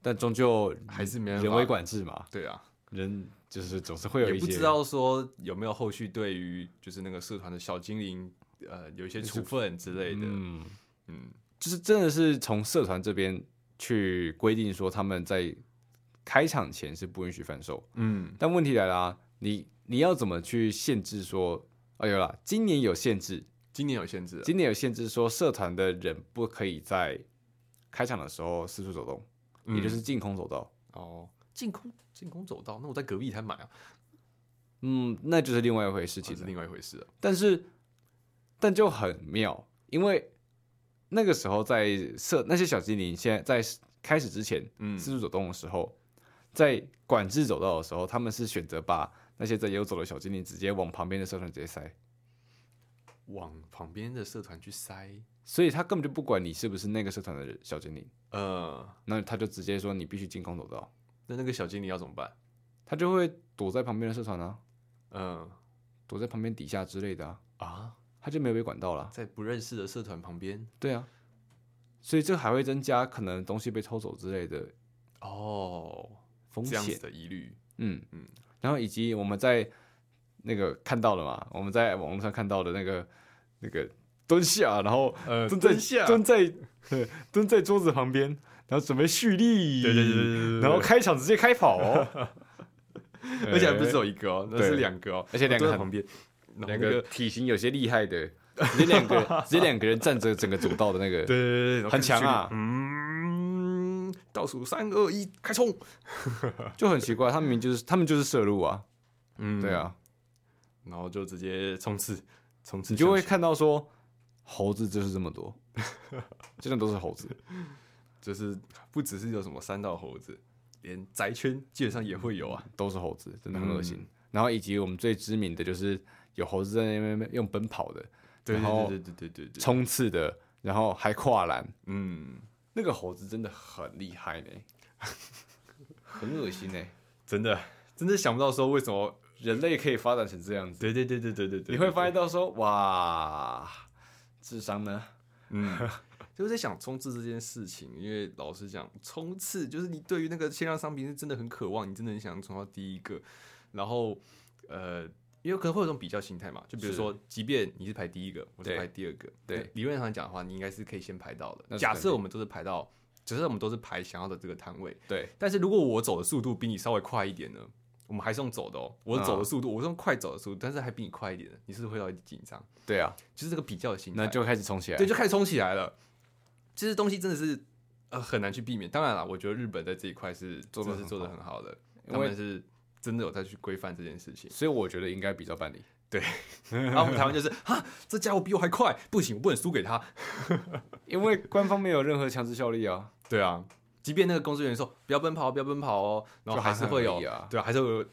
S1: 但终究
S2: 还是没办法
S1: 嗯人为管制嘛，
S2: 对啊，
S1: 人就是总是会有
S2: 也
S1: 一
S2: 不知
S1: 些
S2: 道说有没有后续对于就是那个社团的小精灵呃有一些处分之类的，
S1: 嗯，
S2: 嗯
S1: 就是真的是从社团这边去规定说他们在开场前是不允许贩售。
S2: 嗯
S1: 但问题来了、啊，你你要怎么去限制说？哦，有啦，今年有限制，
S2: 今年有限制啊，
S1: 今年有限制说社团的人不可以在开场的时候四处走动，也就是净空走道。
S2: 哦，净嗯空净空走道，那我在隔壁摊买啊，
S1: 嗯，那就是另外一回事
S2: 其
S1: 情
S2: 实
S1: 了。
S2: 另外一回事啊。
S1: 但是，但就很妙，因为那个时候在社那些小精灵，现在在开始之前
S2: 嗯
S1: 四处走动的时候，在管制走道的时候，他们是选择把那些在游走的小精灵直接往旁边的社团直接塞，
S2: 往旁边的社团去塞，
S1: 所以他根本就不管你是不是那个社团的人小精灵，
S2: 呃，
S1: 那他就直接说你必须进攻走道，
S2: 那那个小精灵要怎么办？
S1: 他就会躲在旁边的社团啊，
S2: 嗯、
S1: 躲在旁边底下之类的啊，
S2: 啊，
S1: 他就没有被管到啦。
S2: 在不认识的社团旁边
S1: 对啊，所以这还会增加可能东西被偷走之类的
S2: 哦，
S1: 风
S2: 这样子
S1: 险。
S2: 的疑虑，
S1: 嗯
S2: 嗯
S1: 嗯，然后以及我们在那个看到了嘛，我们在网络上看到的那个那个蹲下，然后
S2: 呃
S1: 蹲在、
S2: 蹲
S1: 蹲在对蹲在桌子旁边，然后准备蓄力，
S2: 对对对对 对对
S1: 然后开场直接开 跑哦，
S2: 而且还不是
S1: 对
S2: 只有一个哦，那
S1: 对
S2: 是两个哦，
S1: 而且两个
S2: 都在
S1: 很
S2: 旁边，然后
S1: 两
S2: 那
S1: 个
S2: 个
S1: 体型有些厉害 的，直接两个直接两个人站着整个走道的那个，
S2: 对对对对，
S1: 很强啊
S2: 然后开始去嗯，倒数三二一，开冲！
S1: 就很奇怪，他们明明就是他们就是摄入啊，
S2: 嗯
S1: 对，啊，
S2: 然后就直接冲刺，冲刺
S1: 你就
S2: 上
S1: 会
S2: 去
S1: 看到说猴子就是这么 多，真的都是猴子，
S2: 就是不只是有什么三道猴子，连宅圈基本上也会有啊。
S1: 都是猴子，真的很恶心。然后以及我们最知名的就是有猴子在那边用奔跑的、
S2: 对
S1: 然后
S2: 对对对对对对，
S1: 冲刺的，然后还跨栏，
S2: 嗯，
S1: 那个猴子真的很厉害 呢，很恶心呢。
S2: 真的真的想不到说为什么，
S1: 人类可以发展成这样子，
S2: 对对对对对对对，
S1: 你会发
S2: 现，
S1: 现到说哇，智商呢？
S2: 嗯。 就是在想冲刺这件事情，因为老实讲，冲刺就是你对于那个限量商品是真的很渴望，你真的很想冲到第一个。然后，呃，也有可能会有一种比较心态嘛，就比如
S1: 是
S2: 说，即便你是排第一个，我是
S1: 对
S2: 排第二个，
S1: 对
S2: 那理论上讲的话，你应该是可以先排到
S1: 那
S2: 的。
S1: 是
S2: 假
S1: 肯
S2: 设
S1: 定
S2: 我们都是排到，假设我们都是排想要的这个摊位，
S1: 对，
S2: 但是如果我走的速度比你稍微快一点呢，我们还是用走的哦。我
S1: 嗯
S2: 走的速度，我是用快走的速度，但是还比你快一点的，你是不是会有点紧张？
S1: 对啊，
S2: 就是这个比较的心态，
S1: 那就开始冲起来。
S2: 对，就开始冲起来了。其实东西真的是呃很难去避免。当然了，我觉得日本在这一块是
S1: 做得
S2: 真的
S1: 很
S2: 是做的很好的，
S1: 因
S2: 他
S1: 为
S2: 们是真的有在去规范这件 事情。
S1: 所以我觉得应该比较办理。
S2: 然后我们台湾就是啊，这家伙比我还快，不行，我不能输给他。
S1: 因为官方没有任何强制效力 啊，
S2: 对啊，即便那个工作人员说不要奔跑，不要奔跑哦，然后
S1: 就
S2: 还
S1: 还
S2: 是会有
S1: 可以啊
S2: 对啊，还是会有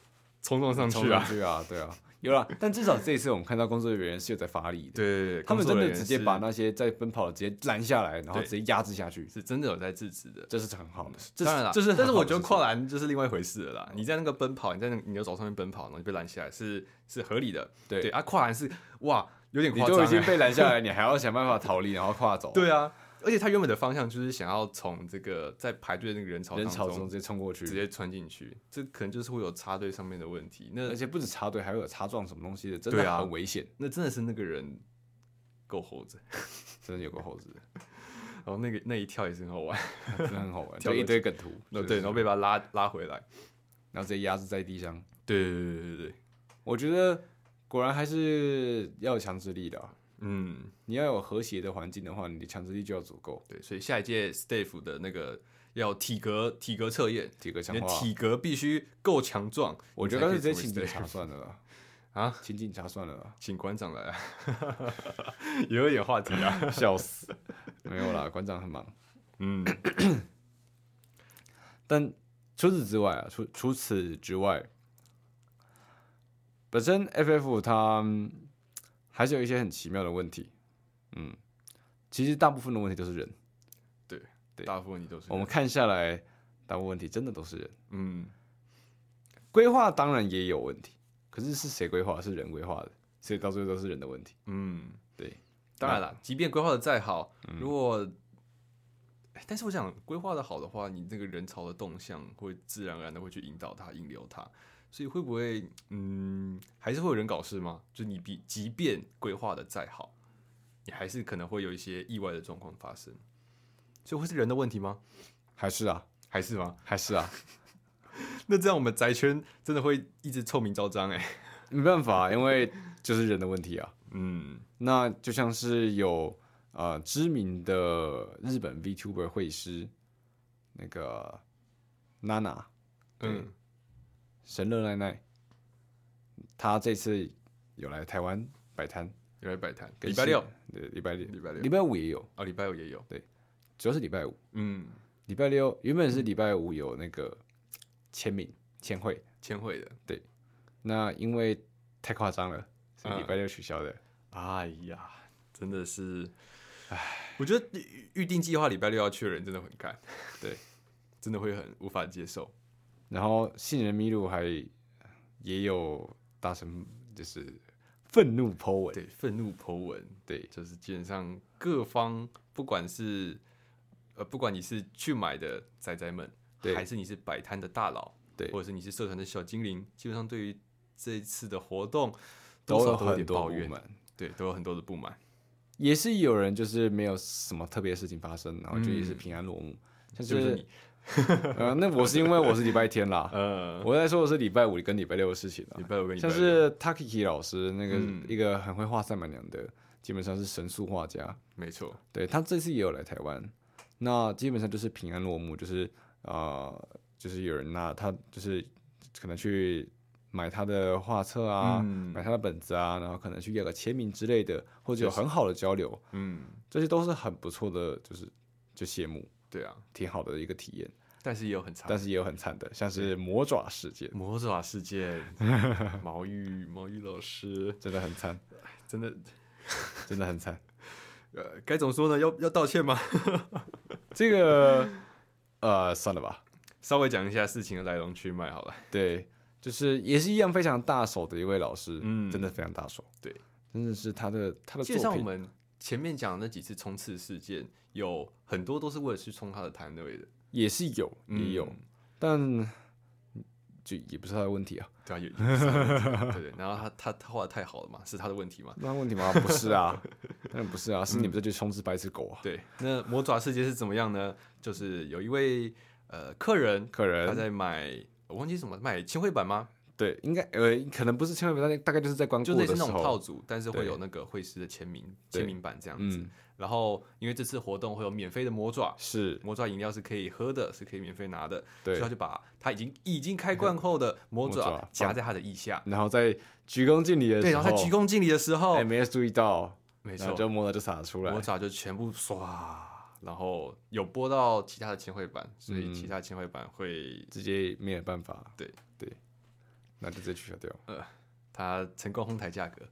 S2: 冲撞上
S1: 冲
S2: 去啊。
S1: 去啊，对啊，有啦。但至少这一次我们看到工作人员是有在发力的，
S2: 对对对，
S1: 他们
S2: 工
S1: 真
S2: 作人
S1: 的
S2: 员
S1: 直接
S2: 是
S1: 把那些在奔跑的直接拦下来，然后
S2: 对
S1: 直接压制下去，
S2: 是真的有在制止的。
S1: 这是很好的。这
S2: 当然了，
S1: 这是很
S2: 但是
S1: 好
S2: 我
S1: 的
S2: 觉得
S1: 事情
S2: 跨栏就是另外一回事了啦。你在那个奔跑，你在那个你的手上面奔跑，然后就被拦下来，是是合理的。
S1: 对
S2: 啊，跨栏是哇，有点
S1: 你
S2: 夸
S1: 都已
S2: 张
S1: 经
S2: 欸。
S1: 被拦 下来，你还要想办法逃离，然后跨走，
S2: 对啊，而且他原本的方向就是想要从这个在排队的那个人潮
S1: 人
S2: 当
S1: 潮
S2: 中
S1: 中直接冲过
S2: 直
S1: 去，
S2: 接穿进去，这可能就是会有插队上面的问题。那
S1: 而且不止插队，还会有擦撞什么东西的，真
S2: 对啊
S1: 的很危险。
S2: 那真的是那个人够猴子，
S1: 真的有个猴 子，
S2: 然后那个那一跳也是很好 玩。
S1: 真的很好玩，就
S2: 跳过去
S1: 一堆 梗图，就
S2: 对
S1: 是
S2: 对，然后被把他拉拉回来。
S1: 然后直接压制在地上。
S2: 对对对对对对，
S1: 我觉得果然还是要有强制力的啊、
S2: 嗯。
S1: 你要有和谐的环境的话，你的强制力就要足够。
S2: 对，所以下一届 staff 的那个要体格体格测验，
S1: 几个强
S2: 你的
S1: 化，
S2: 体格必须够强壮。
S1: 我觉得
S2: 你才
S1: 干
S2: 可
S1: 脆
S2: 以
S1: 直接
S2: 成
S1: 请
S2: 为
S1: 警
S2: staff
S1: 察算了 啦。
S2: 啊，
S1: 请警察算了啦，
S2: 请馆长来啊， 也有一点话题 啊。
S1: 笑死。 没有啦，馆长很忙。
S2: 嗯，
S1: 但除此之外啊，除除此之外，本身 FF 它嗯还是有一些很奇妙的问题。嗯，其实大部分的问题都是人。对
S2: 大部分你都是
S1: 我们看下来，大部分问题真的都是人。
S2: 嗯，
S1: 规划当然也有问题，可是是谁规划？是人规划的，所以到最后都是人的问题。
S2: 嗯，
S1: 对，
S2: 当然了，即便规划的再好，如果，哎但是我想规划的好的话，你这个人潮的动向会自然而然的会去引导它、引流它，所以会不会，嗯，还是会有人搞事吗？就你比即便规划的再好，你还是可能会有一些意外的状况发生，所以会是人的问题吗？
S1: 还是啊，
S2: 还是吗？
S1: 还是啊，
S2: 那这样我们宅圈真的会一直臭名昭彰哎、
S1: 没办法，啊因为就是人的问题啊。
S2: 嗯
S1: 那就像是有呃知名的日本 VTuber 会师，那个娜娜
S2: 嗯，
S1: 神乐奈奈，她这次有来台湾摆摊，
S2: 有来摆摊，
S1: 跟
S2: 礼拜六
S1: 新，，对，礼拜六，
S2: 礼拜六
S1: 礼拜五也有，
S2: 哦，礼拜五也有，
S1: 主要是礼拜五，
S2: 嗯，
S1: 礼拜六原本是礼拜五有那个签名签会，
S2: 千惠的，
S1: 那因为太夸张了，所以
S2: 嗯
S1: 礼拜六取消的。
S2: 哎呀，真的是，哎，我觉得预预定计划礼拜六要去的人真的很 干，
S1: 对，
S2: 真的会很无法接受，
S1: 然后杏仁麋鹿还也有大声就是愤怒 Po 文，
S2: 对，愤怒剖文，
S1: 对
S2: 就是基本上各方不管是呃，不管你是去买的仔仔们，
S1: 对
S2: 还是你是摆摊的大佬，
S1: 对
S2: 或者是你是社团的小精灵，基本上对于这一次的活动
S1: 都有
S2: 多少都有
S1: 很
S2: 点
S1: 多
S2: 抱
S1: 部
S2: 怨，
S1: 门，
S2: 对，都有很多的不满，
S1: 也是有人就是没有什么特别的事情发生，然后就也是
S2: 嗯
S1: 平安落幕。像
S2: 就是
S1: 是
S2: 你，
S1: 呃，那我是因为我是礼拜天 啦，
S2: 呃，
S1: 我在说的是礼拜五跟礼拜六的事情啊
S2: 礼。拜五跟礼
S1: 像
S2: 拜六
S1: 是 Takiki 老师那个
S2: 嗯
S1: 一个很会画赛马娘的，基本上是神速画家，
S2: 没错，
S1: 对他这次也有来台湾，那基本上就是平安落幕，就是呃，就是有人拿他就是可能去买他的画册啊，
S2: 嗯
S1: 买他的本子啊，然后可能去要个签名之类的，或者有很好的交流，
S2: 嗯，
S1: 这些都是很不错的，就是就谢幕，
S2: 对啊，
S1: 挺好的一个体验。
S2: 但是也有很差。
S1: 但是也有很惨的，像是魔爪事件，
S2: 魔爪事 件，毛玉毛玉老师
S1: 真的很惨，
S2: 真的，
S1: 真的很惨。
S2: 呃，该怎么说呢？要要道歉吗？
S1: 这个呃，算了吧，
S2: 稍微讲一下事情的来龙去脉好 了。
S1: 对，就是也是一样非常大手的一位老师，
S2: 嗯
S1: 真的非常大手，
S2: 对，
S1: 真的是他的他的
S2: 基本上
S1: 作
S2: 我
S1: 品，
S2: 们前面讲的那几次冲刺事件，有很多都是为了去冲他的摊位的，
S1: 也是有也有，
S2: 嗯
S1: 但就也不是他的问题啊，
S2: 对啊，有，有是他的问题 对对。然后他他他画的太好了嘛，是他的问题嘛？
S1: 那问题吗？不是啊，当然不是啊，是你们这群充斥白痴狗啊，
S2: 对，那魔爪事件是怎么样呢？就是有一位呃客人，
S1: 客
S2: 他
S1: 人
S2: 在买，我忘记什么买千惠版吗？
S1: 对，应该呃，可能不是千万别，大概大概就是在光顾
S2: 就类
S1: 的
S2: 似
S1: 时
S2: 那种套
S1: 候，
S2: 组，但是
S1: 对
S2: 会有那个会师的签名
S1: 对
S2: 签名版这样子。
S1: 嗯，
S2: 然后因为这次活动会有免费的魔爪，
S1: 是
S2: 魔爪饮料是可以喝的，是可以免费拿的，所
S1: 对
S2: 以他，就把他已经已经开罐后的魔
S1: 魔
S2: 爪
S1: 爪
S2: 夹
S1: 放
S2: 在他的腋下，
S1: 然后在鞠躬尽礼的时候，
S2: 对，然后他鞠躬尽礼的时候
S1: 哎，，没注意到，
S2: 没
S1: 然后
S2: 错，
S1: 就摸了就洒出来
S2: 魔，爪就全部唰，然后有播到其他的千惠版，所以
S1: 嗯
S2: 其他千惠版会
S1: 直接没有办法，
S2: 对
S1: 对，那就直接取消掉。
S2: 他成功哄抬价格，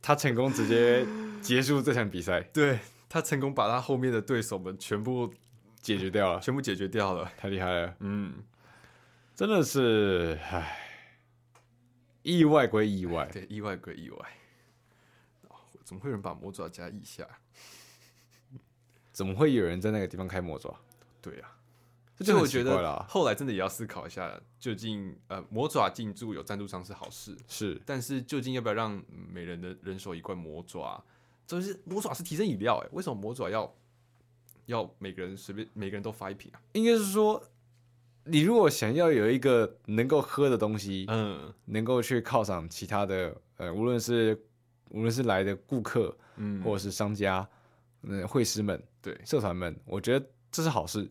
S1: 他成功直 接结束这场比赛，
S2: 对他成功把他后面的对手们 全部
S1: 解决掉了，
S2: 全部解决掉了，
S1: 太厉害了，
S2: 嗯，
S1: 真的是，唉，意外归意外，
S2: 对，意外归意外，哦怎么会有人把魔爪夹腋下？
S1: 怎么会有人在那个地方开魔爪？
S2: 对啊，
S1: 这
S2: 所
S1: 就
S2: 以
S1: 很
S2: 我觉
S1: 奇怪啊
S2: 得
S1: 啦，
S2: 后来真的也要思考一下，究竟呃魔爪进驻有赞助商是好事，
S1: 是
S2: 但是究竟要不要让嗯每人的人手一罐魔爪？就是魔爪是提升饮料哎、为什么魔爪要要每个人随便每个人都发一瓶啊？
S1: 应该是说，你如果想要有一个能够喝的东西，
S2: 嗯
S1: 能够去犒赏其他的，呃，无论是无论是来的顾客，
S2: 嗯，
S1: 或者是商家，嗯、会师们、
S2: 对，
S1: 社团们，我觉得这是好事。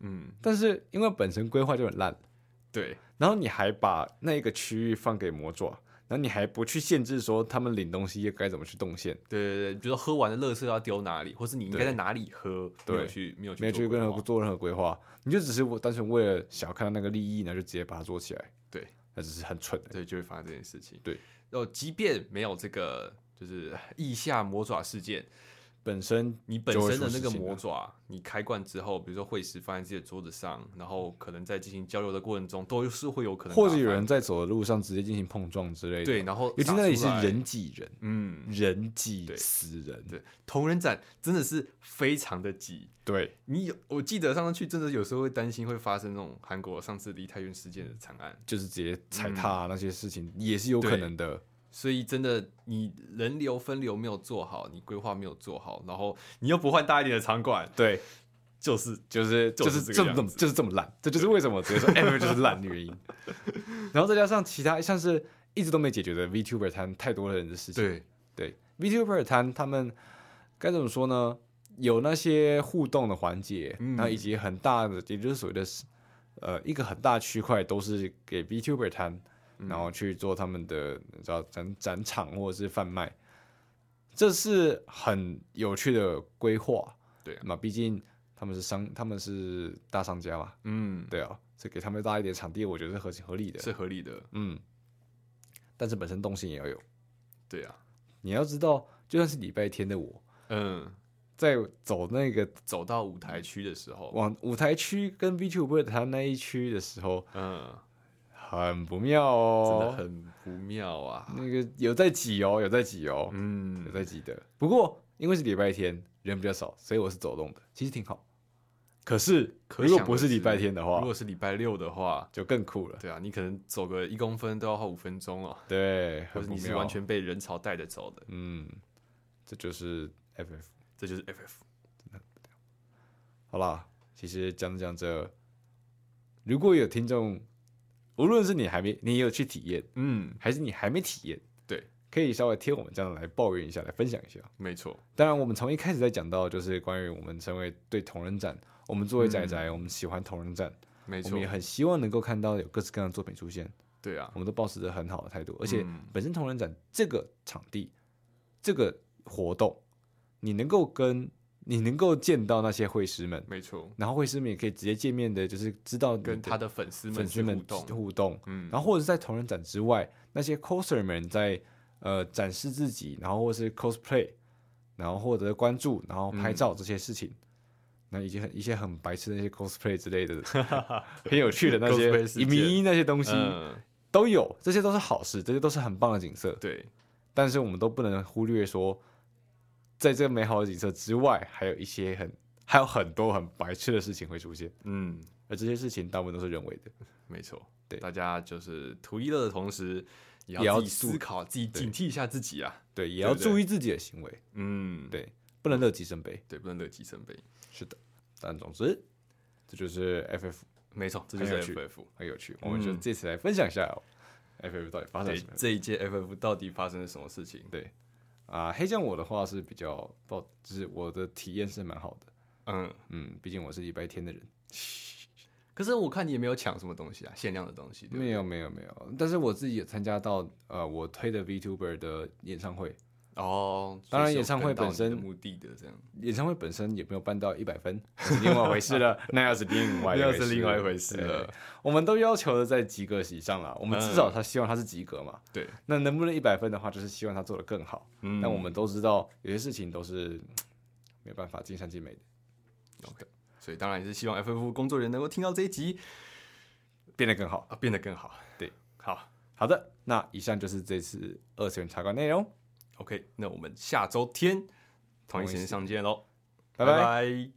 S2: 嗯
S1: 但是因为本身规划就很烂，
S2: 对，
S1: 然后你还把那个区域放给魔爪，然后你还不去限制说他们领东西该怎么去动线，
S2: 对对对，比如说喝完的垃圾要丢哪里，或是你应该在哪里喝，没有
S1: 对
S2: 去没有去
S1: 没有
S2: 做
S1: 去
S2: 规
S1: 任
S2: 划
S1: 何做任何规划，你就只是我单纯为了想要看到那个利益，然后就直接把它做起来。
S2: 对，
S1: 那只是很蠢的。
S2: 对，就会发生这件事情。
S1: 对，
S2: 然后即便没有这个就是腋下魔爪事件，
S1: 本身
S2: 你本
S1: 就会
S2: 身的
S1: 出
S2: 那
S1: 事
S2: 个
S1: 情
S2: 魔
S1: 了
S2: 爪，你开罐之后，比如说会师放在自己的桌子上，然后可能在进行交流的过程中，都是会有可能
S1: 或
S2: 打
S1: 者有
S2: 翻
S1: 人在走的路上直接进行碰撞之类的。
S2: 对，，然后
S1: 尤其
S2: 打
S1: 那里
S2: 出
S1: 是
S2: 来，
S1: 人挤人，
S2: 嗯，
S1: 人挤
S2: 对
S1: 死人。
S2: 对，同人展真的是非常的挤。
S1: 对，
S2: 你有，我记得上次去，真的有时候会担心会发生那种韩国上次梨泰院事件的惨案，
S1: 就是直接踩踏啊那些事情也是有可
S2: 嗯对
S1: 能的。
S2: 所以真的你人流分流没有做好，你规划没有做好，然后你又不换大一点的场馆，
S1: 对，
S2: 就是
S1: 就是就
S2: 就是
S1: 这
S2: 是这个
S1: 么
S2: 样子
S1: 就是这么烂，这就是为什么我直 接说 ever 就是烂的原因。然后再加上其他像是一直都没解决的 VTuber 摊太多人的事情，
S2: 对
S1: 对 VTuber 摊他们该怎么说呢？有那些互动的环节，
S2: 嗯
S1: 然后以及很大的，也就是所谓的呃一个很大区块都是给 VTuber 摊，
S2: 嗯
S1: 然后去做他们的你知道展展场或者是贩卖，这是很有趣的规划。
S2: 对啊
S1: 嘛，毕竟他们是商，他们是大商家嘛，
S2: 嗯，
S1: 对啊，所以给他们大一点场地，我觉得是合情合理的。
S2: 是合理的，
S1: 嗯，但是本身动性也要有。
S2: 对啊，
S1: 你要知道，就算是礼拜天的我，
S2: 嗯，
S1: 在走那个
S2: 走到舞台区的时候，
S1: 往舞台区跟 VTuber 他那一区的时候，
S2: 嗯，
S1: 很不妙
S2: 真的
S1: 哦，
S2: 很不妙啊，
S1: 那个有在挤哦，有在挤哦，有
S2: 嗯，
S1: 在挤的。不过因为是礼拜天，人比较少，所以我是走动的，其实挺好。可是
S2: 可
S1: 如果
S2: 想
S1: 不
S2: 而
S1: 是礼
S2: 知
S1: 拜天的
S2: 如
S1: 话，
S2: 果是礼拜六的话，
S1: 就更酷了。
S2: 对啊，你可能走个一公分都要花五分钟哦，
S1: 对，
S2: 或
S1: 很
S2: 者
S1: 不
S2: 你是
S1: 妙啊
S2: 完全被人潮带着走的，
S1: 嗯，这就是 FF。
S2: 这就是 FF。
S1: 好啦，其实讲着讲着，如果有听众，无论是你还没你有去体验，
S2: 嗯，
S1: 还是你还没体验，
S2: 对，
S1: 可以稍微听我们这样来抱怨一下，来分享一下。
S2: 没错，
S1: 当然，我们从一开始在讲到，就是关于我们身为对同人展，我们作为仔仔，我们喜欢同人展，
S2: 嗯没
S1: 我
S2: 错
S1: 们也，很希望能够看到有各式各样的作品出现，
S2: 对啊
S1: 我，们都保持着很好的态度，而且
S2: 嗯
S1: 本身同人展这个场地、这个活动，你能够跟你能够见到那些会师们，
S2: 没错，
S1: 然后会师们也可以直接见面的，就是知道你
S2: 跟他的粉丝
S1: 粉
S2: 们
S1: 丝
S2: 去互
S1: 们
S2: 动，
S1: 互动，
S2: 嗯，
S1: 然后或者是在同人展之外，那些 coser 们在呃展示自己，然后或是 cosplay，然后获得关注，然后
S2: 嗯
S1: 拍照这些事情，那以及很一些很白痴的那些 cosplay 之类 的，很有趣的那
S2: cosplay 事
S1: 些
S2: 件
S1: 迷那些东西、
S2: 嗯，
S1: 都有，这些都是好事，这些都是很棒的景色，
S2: 对，
S1: 但是我们都不能忽略说，在这美好的景色之外，还有一些很还有很多很白痴的事情会出现，
S2: 嗯，
S1: 而这些事情大部分都是人为的。
S2: 没错，
S1: 对
S2: 大家就是图一乐的同时，也
S1: 也要
S2: 要自己
S1: 注
S2: 思考，自己警惕一下自己啊，
S1: 对，也
S2: 对
S1: 要
S2: 对
S1: 注意自己的行为，
S2: 嗯，
S1: 对，不能乐极生悲。
S2: 对，不能乐极生悲，
S1: 是的，但总之，这就是 FF
S2: 没错，这就
S1: 很
S2: 是
S1: 有趣
S2: FF。
S1: 很有趣。我们
S2: 嗯
S1: 就这次来分享一下、FF 到底发生了
S2: 对
S1: 什么
S2: 这一届 FF 到底发生了什么事情？
S1: 啊、黑酱我的话是比较到，就是我的体验是蛮好的。
S2: 嗯，
S1: 嗯，毕竟我是礼拜天的人。
S2: 可是我看你也没有抢什么东西啊，限量的东西，对不对
S1: 没有没有没有，但是我自己也参加到呃我推的 VTuber 的演唱会，
S2: 哦，
S1: 当然
S2: 所以是有
S1: 演唱会
S2: 跟到
S1: 本身
S2: 你的目的的这样，
S1: 演唱会本身也没有办到一百分，那是另外一回事了， 那又是另外一
S2: 又
S1: 回
S2: 是
S1: 事
S2: 另外一回事
S1: 对嗯
S2: 了。
S1: 我们都要求的在及格以上啦，我们至少他希望他是及格嘛。
S2: 对，
S1: 那能不能一百分的话，就是希望他做得更好。
S2: 嗯
S1: 但我们都知道，有些事情都是没办法尽善尽美的，
S2: OK，所以当然也是希望 FF 工作人员能够听到这一集
S1: 变得更好。
S2: 啊，变得更好。
S1: 对，
S2: 好
S1: 好的，那以上就是这次二次元茶馆内容，
S2: ，OK，那我们下周天
S1: 同
S2: 同一
S1: 一
S2: 时间
S1: 时
S2: 上见喽，
S1: 拜拜
S2: 拜